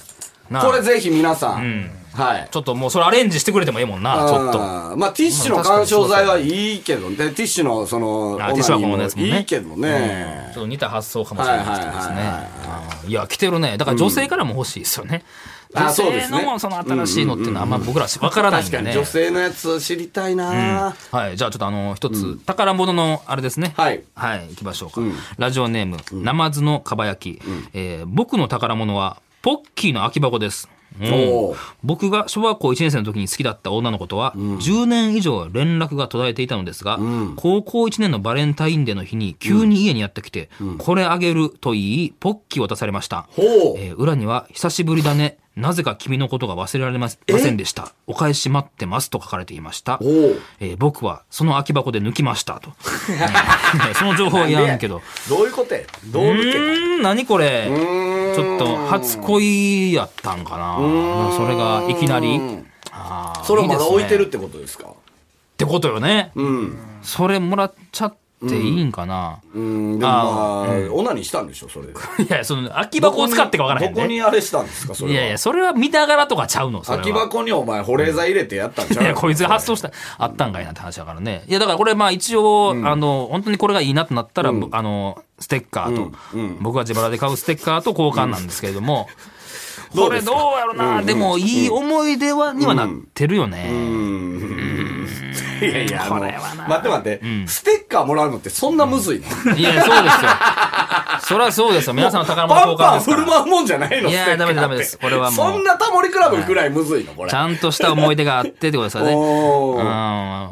[SPEAKER 2] なあ
[SPEAKER 3] ってこれぜひ皆さん
[SPEAKER 2] ん、
[SPEAKER 3] はい。
[SPEAKER 2] ちょっともうそれアレンジしてくれてもええもんな、ちょっと。
[SPEAKER 3] あーまあ、ティッシュの干渉剤はいいけどね、でティッシュのその、オ
[SPEAKER 2] あティッシュ箱
[SPEAKER 3] ナ
[SPEAKER 2] の
[SPEAKER 3] ニ
[SPEAKER 2] や
[SPEAKER 3] ーも
[SPEAKER 2] つもね
[SPEAKER 3] いいけどね。
[SPEAKER 2] ちょっと似た発想かもしれないです
[SPEAKER 3] は
[SPEAKER 2] ね。
[SPEAKER 3] いはいはいはい
[SPEAKER 2] うんいや、来てるね。だから女性からも欲しいですよね。
[SPEAKER 3] あ
[SPEAKER 2] 女
[SPEAKER 3] そうです
[SPEAKER 2] 性
[SPEAKER 3] ね
[SPEAKER 2] のもその新しいのっていうのはあんま僕らしわからないん
[SPEAKER 3] 確
[SPEAKER 2] で
[SPEAKER 3] かに
[SPEAKER 2] ね。
[SPEAKER 3] 女性のやつ知りたいな
[SPEAKER 2] はい、じゃあちょっとあの、一つ、宝物のあれですね。
[SPEAKER 3] はい
[SPEAKER 2] はい、行きましょうか。ラジオネーム、ナマズのかば焼き。えー僕の宝物は、ポッキーの空き箱です。
[SPEAKER 3] おー
[SPEAKER 2] 僕が小学校1年生の時に好きだった女の子とは、10年以上連絡が途絶えていたのですが、高校1年のバレンタインデーの日に急に家にやってきて、これあげると言い、ポッキーを渡されました。
[SPEAKER 3] ほう
[SPEAKER 2] えー裏には、久しぶりだね。なぜか君のことが忘れられませませんでした。お返し待ってますと書かれていました。
[SPEAKER 3] おう
[SPEAKER 2] えー僕はその空き箱で抜きました と。ねねその情報はいらんけど。
[SPEAKER 3] どういうことやどう
[SPEAKER 2] う
[SPEAKER 3] 抜けた
[SPEAKER 2] ーん、何これ
[SPEAKER 3] ーん
[SPEAKER 2] ちょっと初恋やったんかな。まあそれがいきなり。あー
[SPEAKER 3] それをまだ置いてるっ
[SPEAKER 2] ですね
[SPEAKER 3] てことですか
[SPEAKER 2] ってことよね。
[SPEAKER 3] うん。
[SPEAKER 2] それもらっちゃっていいんかな。
[SPEAKER 3] うん、でもまあ、オナニーしたんでしょ、それ。
[SPEAKER 2] いや、その空き箱を使ってか分からへん
[SPEAKER 3] どこ
[SPEAKER 2] ね。
[SPEAKER 3] にあれしたんですか、そ
[SPEAKER 2] いやい
[SPEAKER 3] れ
[SPEAKER 2] や、
[SPEAKER 3] は。
[SPEAKER 2] それは見ながらとかちゃうの。それ
[SPEAKER 3] 空
[SPEAKER 2] は
[SPEAKER 3] き箱にお前、保冷剤入れてやったんちゃう
[SPEAKER 2] いや、こいつが発想した、あったんかいなって話だからね。いや、だからこれ、まあ一応、あの、本当にこれがいいなとなったら、ぼあの、ステッカーと、僕が自腹で買うステッカーと交換なんですけれども、
[SPEAKER 3] ど
[SPEAKER 2] こ
[SPEAKER 3] うで
[SPEAKER 2] れ
[SPEAKER 3] す
[SPEAKER 2] どうやろな、でもいい思い出は、にはなってるよね。
[SPEAKER 3] いやいや、あの、
[SPEAKER 2] こ
[SPEAKER 3] 待
[SPEAKER 2] れはな
[SPEAKER 3] って待って、ステッカーもらうのってそんなむずいの
[SPEAKER 2] いや、そうですよ。そりゃそうですよ。皆さんの宝物
[SPEAKER 3] パン
[SPEAKER 2] 交換
[SPEAKER 3] パン
[SPEAKER 2] です
[SPEAKER 3] 振
[SPEAKER 2] か
[SPEAKER 3] る
[SPEAKER 2] ら。
[SPEAKER 3] 舞うもんじゃないの
[SPEAKER 2] いや
[SPEAKER 3] ステッカーって
[SPEAKER 2] ダメですダメですこれはもう
[SPEAKER 3] そんなタモリクラブぐらいむずいの、これ
[SPEAKER 2] ち。ゃんとした思い出があってってことですよね。
[SPEAKER 3] お
[SPEAKER 2] うん
[SPEAKER 3] ー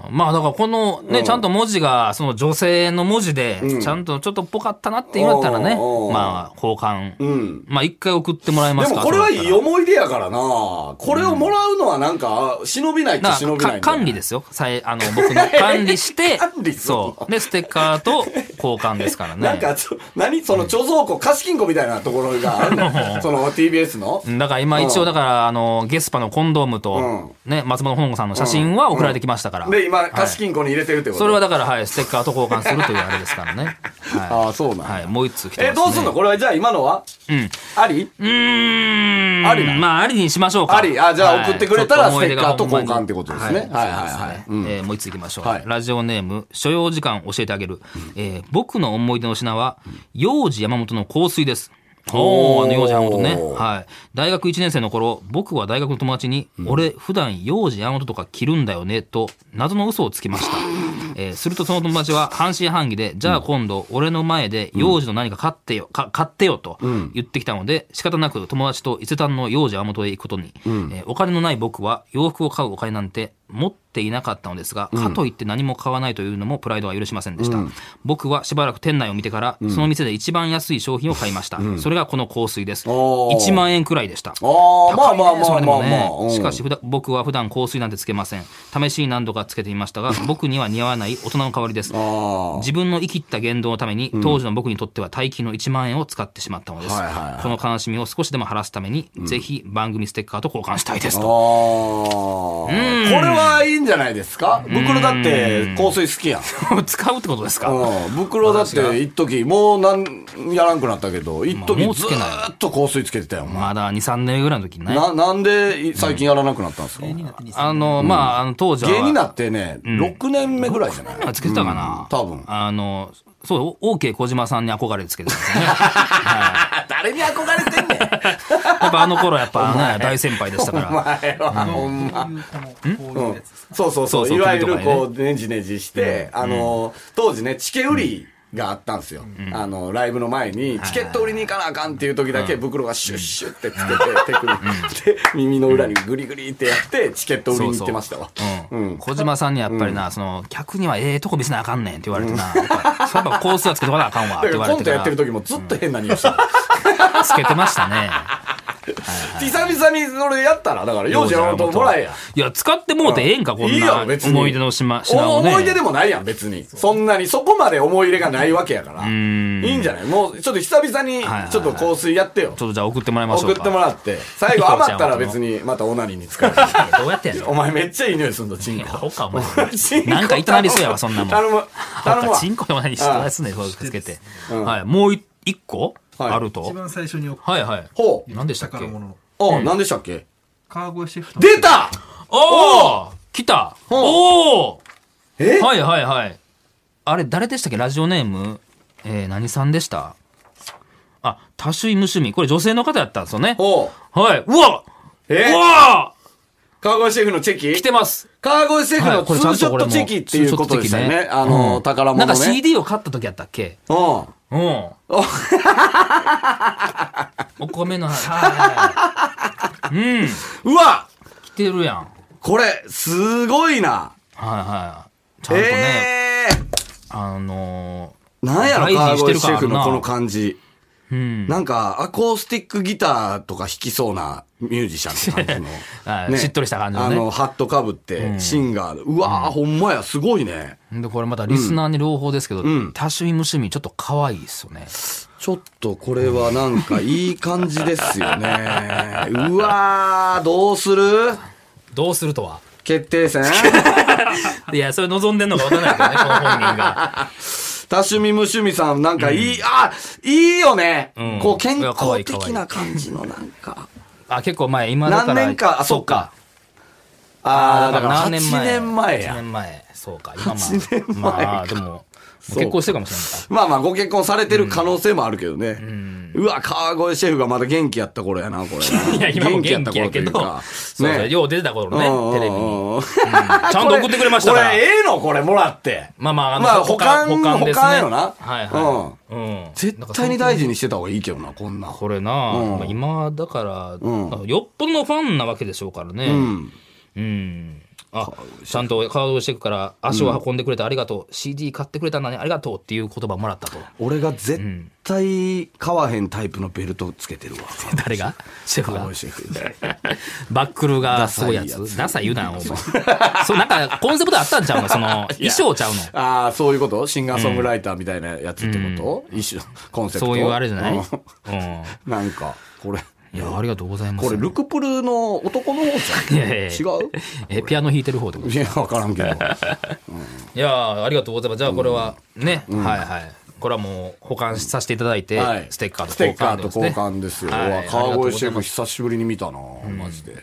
[SPEAKER 2] まあだからこのね、ちゃんと文字が、その女性の文字で、ちゃんとちょっとっぽかったなって言われたらね
[SPEAKER 3] おーお、ー
[SPEAKER 2] まあ交換。
[SPEAKER 3] うん。
[SPEAKER 2] まあ一回送ってもらえま
[SPEAKER 3] ですも
[SPEAKER 2] か
[SPEAKER 3] これはいい
[SPEAKER 2] そうだっ
[SPEAKER 3] 思い出やからなこれをもらうのはなんか、忍びない
[SPEAKER 2] た
[SPEAKER 3] と
[SPEAKER 2] ら
[SPEAKER 3] 忍び
[SPEAKER 2] だか
[SPEAKER 3] ないん
[SPEAKER 2] らか管理ですよ。さえ、あの、僕の管理し て、
[SPEAKER 3] 管理するの
[SPEAKER 2] そう。で、ステッカーと交換ですからね。
[SPEAKER 3] なんか、ちょ 何その貯蔵庫、貸金庫みたいなところがあるの その TBS の
[SPEAKER 2] うんだから今一応だから、あの、ゲスパのコンドームと、ね、松本本郷さんの写真は送られてきましたから。
[SPEAKER 3] で、今、
[SPEAKER 2] はい
[SPEAKER 3] 貸金庫に入れてるってこと、
[SPEAKER 2] それはだから、はい、ステッカーと交換するというあれですか らね。
[SPEAKER 3] あ
[SPEAKER 2] は
[SPEAKER 3] あ、そう
[SPEAKER 2] い。
[SPEAKER 3] なん、
[SPEAKER 2] はい、もう一通来てます、ね。
[SPEAKER 3] え、どうすんのこれは、じゃあ今のは
[SPEAKER 2] うん。
[SPEAKER 3] あり
[SPEAKER 2] うーん。
[SPEAKER 3] ありな
[SPEAKER 2] まあ、ありにしましょうか。
[SPEAKER 3] ありあじゃあ送ってくれたら
[SPEAKER 2] はいちょっと思
[SPEAKER 3] ステッカー
[SPEAKER 2] い出が
[SPEAKER 3] と交換ってことですね
[SPEAKER 2] ほんまに
[SPEAKER 3] はいはいはい
[SPEAKER 2] そうですねえーもう一ついきましょう。
[SPEAKER 3] はい
[SPEAKER 2] ラジオネーム、所要時間教えてあげる。えー僕の思い出の品は、幼児山本の香水です。
[SPEAKER 3] お
[SPEAKER 2] お
[SPEAKER 3] ー
[SPEAKER 2] おあの幼児山本ね。
[SPEAKER 3] おー
[SPEAKER 2] はい。大学1年生の頃、僕は大学の友達に、俺、普段幼児山本とか着るんだよね、と、謎の嘘をつきました。えーするとその友達は半信半疑で、じゃあ今度、俺の前で幼児の何か買ってよ、か買ってよと言ってきたので、仕方なく友達と伊勢丹の幼児山本へ行くことに、えーお金のない僕は洋服を買うお金なんて持っていなかったのですが、かといって何も買わないというのもプライドは許しませんでした。僕はしばらく店内を見てから、その店で一番安い商品を買いました。それがこの香水です。
[SPEAKER 3] おー
[SPEAKER 2] 1万円くらいでした。
[SPEAKER 3] ああ、ま
[SPEAKER 2] 高
[SPEAKER 3] あ
[SPEAKER 2] いね
[SPEAKER 3] まあま
[SPEAKER 2] そ
[SPEAKER 3] あ
[SPEAKER 2] れで
[SPEAKER 3] まあ
[SPEAKER 2] も
[SPEAKER 3] まあ。うん
[SPEAKER 2] ね。しかし、普段僕は普段香水なんてつけません。試しに何度かつけてみま したが、僕には似合わない大人の代わりです。
[SPEAKER 3] あ
[SPEAKER 2] 自分の生きった言動のために、当時の僕にとっては大金の1万円を使ってしまったのです。
[SPEAKER 3] はいはいはい
[SPEAKER 2] この悲しみを少しでも晴らすために、ぜひ番組ステッカーと交換したいで
[SPEAKER 3] あ。
[SPEAKER 2] す
[SPEAKER 3] ああ。
[SPEAKER 2] と。
[SPEAKER 3] これはいいんじゃないですか袋だって香水好きやん。
[SPEAKER 2] 使うってことですか
[SPEAKER 3] うん、袋だって一時もうなんやらんくなったけど一時
[SPEAKER 2] もう
[SPEAKER 3] ず
[SPEAKER 2] つけない
[SPEAKER 3] ーっと香水つけてたよお前
[SPEAKER 2] まだ2、3年ぐらいの時にね。
[SPEAKER 3] ななんでい最近やらなくなったんですか、
[SPEAKER 4] 芸人になって2000
[SPEAKER 2] あの、まあ、あの、当時は。
[SPEAKER 3] 芸になってね、6年目ぐらいじゃない
[SPEAKER 2] あつけてたかな、
[SPEAKER 3] うん多分
[SPEAKER 2] あの、そう、オーケー小島さんに憧れてつけてたんですよね。
[SPEAKER 3] 誰に憧れてんねん
[SPEAKER 2] やっぱあの頃や っぱね、大先輩でしたから
[SPEAKER 3] お。前はほんま
[SPEAKER 4] こういうこのこういうやつですか
[SPEAKER 3] そうそうそう
[SPEAKER 2] そうそう
[SPEAKER 3] いわゆ
[SPEAKER 2] 首
[SPEAKER 3] る
[SPEAKER 2] とかにね
[SPEAKER 3] こうねじねじして、あの当時ねチケ売りがあったんですよ、あのライブの前にチケット売りに行かなあかんっていう時だけ袋がシュッシュッってつけて手首で耳の裏にグリグリってやってチケット売りに行ってましたわ
[SPEAKER 2] うん
[SPEAKER 3] うん
[SPEAKER 2] 小島さんにやっぱりな、その客にはええとこ見せなあかんねんって言われてな、やっぱそうやっぱコースはつけとかなあかんわって
[SPEAKER 3] だか
[SPEAKER 2] 言わ
[SPEAKER 3] ら
[SPEAKER 2] れ
[SPEAKER 3] コ
[SPEAKER 2] て
[SPEAKER 3] ントやってる
[SPEAKER 2] か
[SPEAKER 3] 時もずっと変な匂いしてた
[SPEAKER 2] らつけてましたね。
[SPEAKER 3] 久々にそれやったらだから 幼児のともらえや
[SPEAKER 2] いや、使ってもうてええんか、こん
[SPEAKER 3] いい
[SPEAKER 2] な
[SPEAKER 3] よ別に
[SPEAKER 2] 思い出の品品
[SPEAKER 3] お
[SPEAKER 2] をね。
[SPEAKER 3] 思い出でもないやん別にそんなにそこまで思い入れがないわけやからいいんじゃないもうちょっと久々に
[SPEAKER 2] はいはい
[SPEAKER 3] ちょっと香水やってよ
[SPEAKER 2] ちょっとじゃあ送ってもらいましょ
[SPEAKER 3] 送
[SPEAKER 2] う
[SPEAKER 3] っ
[SPEAKER 2] か。
[SPEAKER 3] てもらって最後余ったら別にまたオナニーに使う
[SPEAKER 2] いやどうやってやんの
[SPEAKER 3] お前めっちゃいい匂いすんのチン
[SPEAKER 2] いや
[SPEAKER 3] コ
[SPEAKER 2] ほかお前
[SPEAKER 3] チン コ
[SPEAKER 2] なんか痛なりそうやわそんなもん
[SPEAKER 3] 頼む頼む
[SPEAKER 2] なん
[SPEAKER 3] わ
[SPEAKER 2] かチンコの前にしてますね、そうつけて。
[SPEAKER 3] うん
[SPEAKER 2] はい、もうい一個
[SPEAKER 3] はい
[SPEAKER 2] ある
[SPEAKER 4] 一
[SPEAKER 2] と。
[SPEAKER 4] 番最初に送っ
[SPEAKER 2] はいはい。
[SPEAKER 3] ほう
[SPEAKER 2] 何でしたっけ
[SPEAKER 4] 宝物の
[SPEAKER 3] あ何でしたっけ
[SPEAKER 4] 川越シェフの
[SPEAKER 3] 出た
[SPEAKER 2] おお来たおお
[SPEAKER 3] え
[SPEAKER 2] はいはいはい。あれ、誰でしたっけラジオネームえー、何さんでしたあ、多種無趣味。これ女性の方やったんですよね。
[SPEAKER 3] ほう
[SPEAKER 2] はい。うわ
[SPEAKER 3] え
[SPEAKER 2] うわ
[SPEAKER 3] 川越シェフのチェキ
[SPEAKER 2] 来てます。
[SPEAKER 3] 川越シェフ
[SPEAKER 2] は
[SPEAKER 3] の
[SPEAKER 2] い
[SPEAKER 3] ツーショットチェキっていうことでしたよ
[SPEAKER 2] ツーシ
[SPEAKER 3] ね
[SPEAKER 2] ョットチェキ
[SPEAKER 3] あの宝物
[SPEAKER 2] な
[SPEAKER 3] ね
[SPEAKER 2] んか CD を買った時やったっけ
[SPEAKER 3] うん
[SPEAKER 2] うん。 お米の話。はいはいはいうん。
[SPEAKER 3] うわ
[SPEAKER 2] 来てるやん。はい
[SPEAKER 3] これすごいな
[SPEAKER 2] はい。ちゃんとね、
[SPEAKER 3] ええ
[SPEAKER 2] あのー、
[SPEAKER 3] なんやろ川
[SPEAKER 2] 大事にして
[SPEAKER 3] 越
[SPEAKER 2] る
[SPEAKER 3] シェ
[SPEAKER 2] 感あ
[SPEAKER 3] フ
[SPEAKER 2] る
[SPEAKER 3] の
[SPEAKER 2] な
[SPEAKER 3] この感じ
[SPEAKER 2] うん。
[SPEAKER 3] なんかアコースティックギターとか弾きそうなミュージシャンって感じ
[SPEAKER 2] は
[SPEAKER 3] の、
[SPEAKER 2] いしっとりした感じの
[SPEAKER 3] あ
[SPEAKER 2] ね
[SPEAKER 3] のハットかぶってシンガーでうわーほんまやすごいね
[SPEAKER 2] で、これまたリスナーに朗報ですけど、
[SPEAKER 3] ん
[SPEAKER 2] 多趣味無趣味ちょっと可愛いっすよね。
[SPEAKER 3] ちょっとこれはなんかいい感じですよねうわーどうする
[SPEAKER 2] どうするとは。
[SPEAKER 3] 決定戦
[SPEAKER 2] いや、それ望んでんのか分から ないけどね、この本人が。
[SPEAKER 3] 多趣味無趣味さんなんかいい、あいいよね、
[SPEAKER 2] うん
[SPEAKER 3] こう健
[SPEAKER 2] いや可愛
[SPEAKER 3] 康
[SPEAKER 2] い可愛い
[SPEAKER 3] 的な感じのなん か
[SPEAKER 2] あ、結構前、今だから。
[SPEAKER 3] 何年かあそっか。ああだから8
[SPEAKER 2] 何
[SPEAKER 3] 年前や
[SPEAKER 2] 8年前。そうか、今まあ。
[SPEAKER 3] 8年前か
[SPEAKER 2] まあ、でも、もう結婚してるかもしれないか
[SPEAKER 3] まあまあ、ご結婚されてる可能性もあるけどね。うわ、川越シェフがまだ元気やった頃やな、これ。
[SPEAKER 2] いや、今も元気やけど、そうそう、
[SPEAKER 3] ね。
[SPEAKER 2] よう出てた頃
[SPEAKER 3] うんうん
[SPEAKER 2] ね、テレビ
[SPEAKER 3] う
[SPEAKER 2] に。
[SPEAKER 3] ん
[SPEAKER 2] ちゃんと送ってくれましたから
[SPEAKER 3] これ、これええのこれ、もらって。
[SPEAKER 2] まあまあ、あの
[SPEAKER 3] まあ
[SPEAKER 2] 保
[SPEAKER 3] 保
[SPEAKER 2] 管
[SPEAKER 3] 管
[SPEAKER 2] ですね。
[SPEAKER 3] 保管やろな
[SPEAKER 2] はいはい。うん
[SPEAKER 3] 絶対に大事にしてた方がいいけどな、こんな。
[SPEAKER 2] これな、
[SPEAKER 3] うん
[SPEAKER 2] まあ今だから、
[SPEAKER 3] うん
[SPEAKER 2] よっぽどのファンなわけでしょうからね。うん。あちゃんとカードしていくから足を運んでくれてありがとう、CD 買ってくれたんだねありがとうっていう言葉もらったと
[SPEAKER 3] 俺が絶対買わへんタイプのベルトつけ てるわ。
[SPEAKER 2] 誰がシェフが
[SPEAKER 3] 川越シェフ
[SPEAKER 2] バックルがすごいやつダサい言うなお前 そうなんかコンセプトあったんちゃうのそ の衣装ちゃうの
[SPEAKER 3] ああ、そういうことシンガーソングライターみたいなやつってこと、一種、コンセプト。
[SPEAKER 2] そういうあれじゃない、うん、
[SPEAKER 3] ん
[SPEAKER 2] い
[SPEAKER 3] なんか、これ、
[SPEAKER 2] やありがとうございます
[SPEAKER 3] これルクプルの男の方じ
[SPEAKER 2] い
[SPEAKER 3] ゃ
[SPEAKER 2] や
[SPEAKER 3] ん。
[SPEAKER 2] いやい
[SPEAKER 3] 違
[SPEAKER 2] や
[SPEAKER 3] う
[SPEAKER 2] えピアノ弾いてる方ってこと
[SPEAKER 3] いや、わからんけ ど。
[SPEAKER 2] いやーありがとうございます。じゃあこれはね、はいはい。これはもう保管させていただいて、
[SPEAKER 3] はい
[SPEAKER 2] ステッカーと
[SPEAKER 3] ステッ
[SPEAKER 2] 交
[SPEAKER 3] カ
[SPEAKER 2] 換
[SPEAKER 3] ーと
[SPEAKER 2] ですね
[SPEAKER 3] 交換ですよ。
[SPEAKER 2] はいう
[SPEAKER 3] わ川越シェ。
[SPEAKER 2] ありがとうございま
[SPEAKER 3] フ
[SPEAKER 2] す
[SPEAKER 3] 久しぶりに見たな、マジで。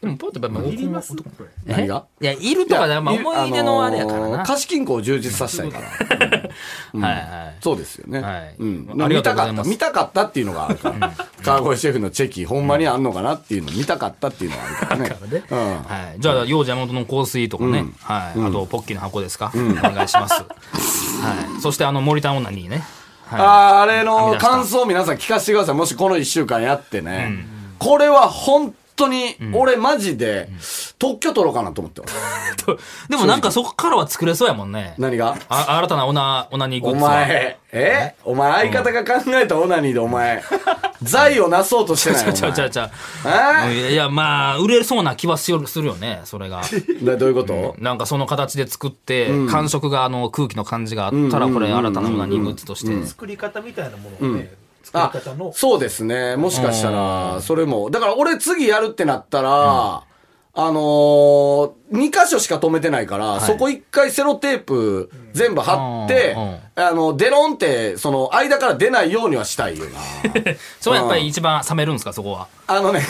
[SPEAKER 2] でもポッとやっぱ
[SPEAKER 4] いりますこれ
[SPEAKER 3] 何が
[SPEAKER 2] いやいるとかだまあ
[SPEAKER 3] い
[SPEAKER 2] 思い出のあれやから
[SPEAKER 3] あの
[SPEAKER 2] な。
[SPEAKER 3] ー貸し金庫を充実させたい から。
[SPEAKER 2] はいはい。
[SPEAKER 3] そうですよね。
[SPEAKER 2] はい
[SPEAKER 3] うん。
[SPEAKER 2] あり
[SPEAKER 3] 見
[SPEAKER 2] がと
[SPEAKER 3] た
[SPEAKER 2] うござ
[SPEAKER 3] か
[SPEAKER 2] い
[SPEAKER 3] っ
[SPEAKER 2] ま
[SPEAKER 3] た。
[SPEAKER 2] す
[SPEAKER 3] 見たかったっていうのがあるから。川越シェフのチェキ、ほんまにあんのかなっていうの、見たかったっていうのがあるからね。うん。
[SPEAKER 2] はい、じゃあ、幼児山本の香水とかね、はい、あと、ポッキーの箱ですか、お願いし ます。はい、そして、あの、森田女にね、はい、
[SPEAKER 3] あーあれ
[SPEAKER 2] 編み
[SPEAKER 3] の
[SPEAKER 2] 出した
[SPEAKER 3] 感想を皆さん聞かせてください。もしこの1週間やってね。これは本当に、俺マジで、特許取ろうかなと思ってます。
[SPEAKER 2] とでもなんかそこからは作れそうやもんね。
[SPEAKER 3] 何が
[SPEAKER 2] あ新たなオナ、オナニーグッ
[SPEAKER 3] お
[SPEAKER 2] ズは。
[SPEAKER 3] 前、えお前相方が考えたオナニーでお前、財をなそうとしてない
[SPEAKER 2] ちゃうちゃうちゃう
[SPEAKER 3] お
[SPEAKER 2] ちゃう。
[SPEAKER 3] 前。え
[SPEAKER 2] いやいや、まあ、売れそうな気はするするよね、そ れが。
[SPEAKER 3] ーだどういうこと
[SPEAKER 2] なんかその形で作って、感触が、あの、空気の感じがあったら、これ新たなオナニーグッズとして。
[SPEAKER 4] 作り方みたいなものをね、
[SPEAKER 3] あ
[SPEAKER 4] 作り方の、
[SPEAKER 3] そうですね。もしかしたら、それも。だから俺次やるってなったら、あのー、2箇所しか止めてないから、そこ1回セロテープ全部貼って、
[SPEAKER 2] う
[SPEAKER 3] あの、デロンって、その、間から出ないようにはしたいよな。
[SPEAKER 2] それはやっぱり一番冷めるんですか、そこは。
[SPEAKER 3] あのね、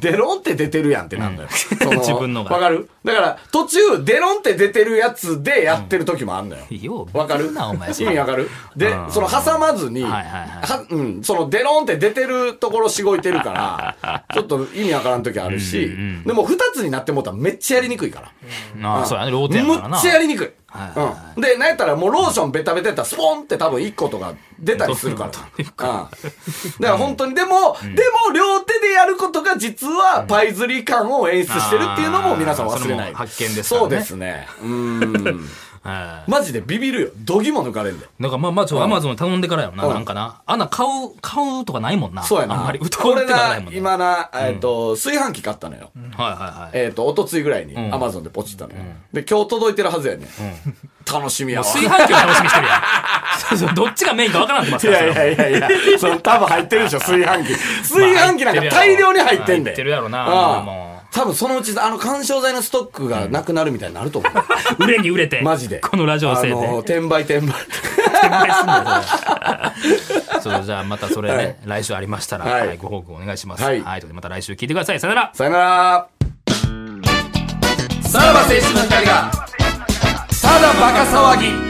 [SPEAKER 3] でデロンって出てるやんってなんだよ。そ
[SPEAKER 2] 自分のが
[SPEAKER 3] わかるだから、途中、デロンって出てるやつでやってる時もあんのよ。
[SPEAKER 2] よう、
[SPEAKER 3] わかる
[SPEAKER 2] 言うな、お前。
[SPEAKER 3] 意味わかるで、その挟まずに、
[SPEAKER 2] はいはいはい
[SPEAKER 3] はうん、そのデロンって出てるところしごいてる から、ちょっと意味わからん時あるし、でも二つになってもうたらめっちゃやりにくいから。
[SPEAKER 2] ああ、そうやね、ローテや
[SPEAKER 3] む
[SPEAKER 2] からな。
[SPEAKER 3] っちゃやりにくい。
[SPEAKER 2] はいはいは
[SPEAKER 3] うん、で、なんやったらもうローションベタベタやったらスポンって多分1個とか出たりするから。うん、だから本当に、でも、でも両手でやることが実はパイズリ感を演出してるっていうのも皆さん忘れな
[SPEAKER 2] あーそれ
[SPEAKER 3] い。
[SPEAKER 2] も発見ですからね
[SPEAKER 3] そうですね。うん。
[SPEAKER 2] はい
[SPEAKER 3] マジでビビるよ。度肝抜かれんで。
[SPEAKER 2] なんかまあまあちょっとアマゾン頼んでからやもんな、
[SPEAKER 3] うん
[SPEAKER 2] なんかな。あんな買う、買うとかないもんな。
[SPEAKER 3] そうやな。
[SPEAKER 2] あんまり、うと
[SPEAKER 3] こ
[SPEAKER 2] うっ
[SPEAKER 3] れ
[SPEAKER 2] てならな
[SPEAKER 3] ない
[SPEAKER 2] もん、ね。
[SPEAKER 3] 今な、えっ、と、炊飯器買ったのよ。
[SPEAKER 2] はいはいはい。
[SPEAKER 3] えっ、と、おとついぐらいに、
[SPEAKER 2] ん
[SPEAKER 3] アマゾンでポチったのよ、で、今日届いてるはずやね、楽しみやわ。
[SPEAKER 2] 炊飯器を楽しみにしてるやん。そうそう、どっちがメインかわからんってます
[SPEAKER 3] い
[SPEAKER 2] から。
[SPEAKER 3] やいやいやいや、その多分入ってるでしょ、炊飯器。炊飯器なんか大量に入ってんで。
[SPEAKER 2] 入ってるやろな
[SPEAKER 3] ああ
[SPEAKER 2] も
[SPEAKER 3] 多分そのうち、あの、干渉剤のストックがなくなるみたいになると思う。
[SPEAKER 2] それ売れに売れて。
[SPEAKER 3] マジで。
[SPEAKER 2] このラジオの
[SPEAKER 3] あ
[SPEAKER 2] せいで。
[SPEAKER 3] の、転売転売。
[SPEAKER 2] 転売すんだよそれ そう、じゃあまたそれね、
[SPEAKER 3] はい
[SPEAKER 2] 来週ありましたら、
[SPEAKER 3] はい
[SPEAKER 2] はいご報告お願いします。は。
[SPEAKER 3] はいい
[SPEAKER 2] ということでまた来週聞いてください。さよなら。
[SPEAKER 3] さよなら。さらば青春の光が、ただバカ騒ぎ。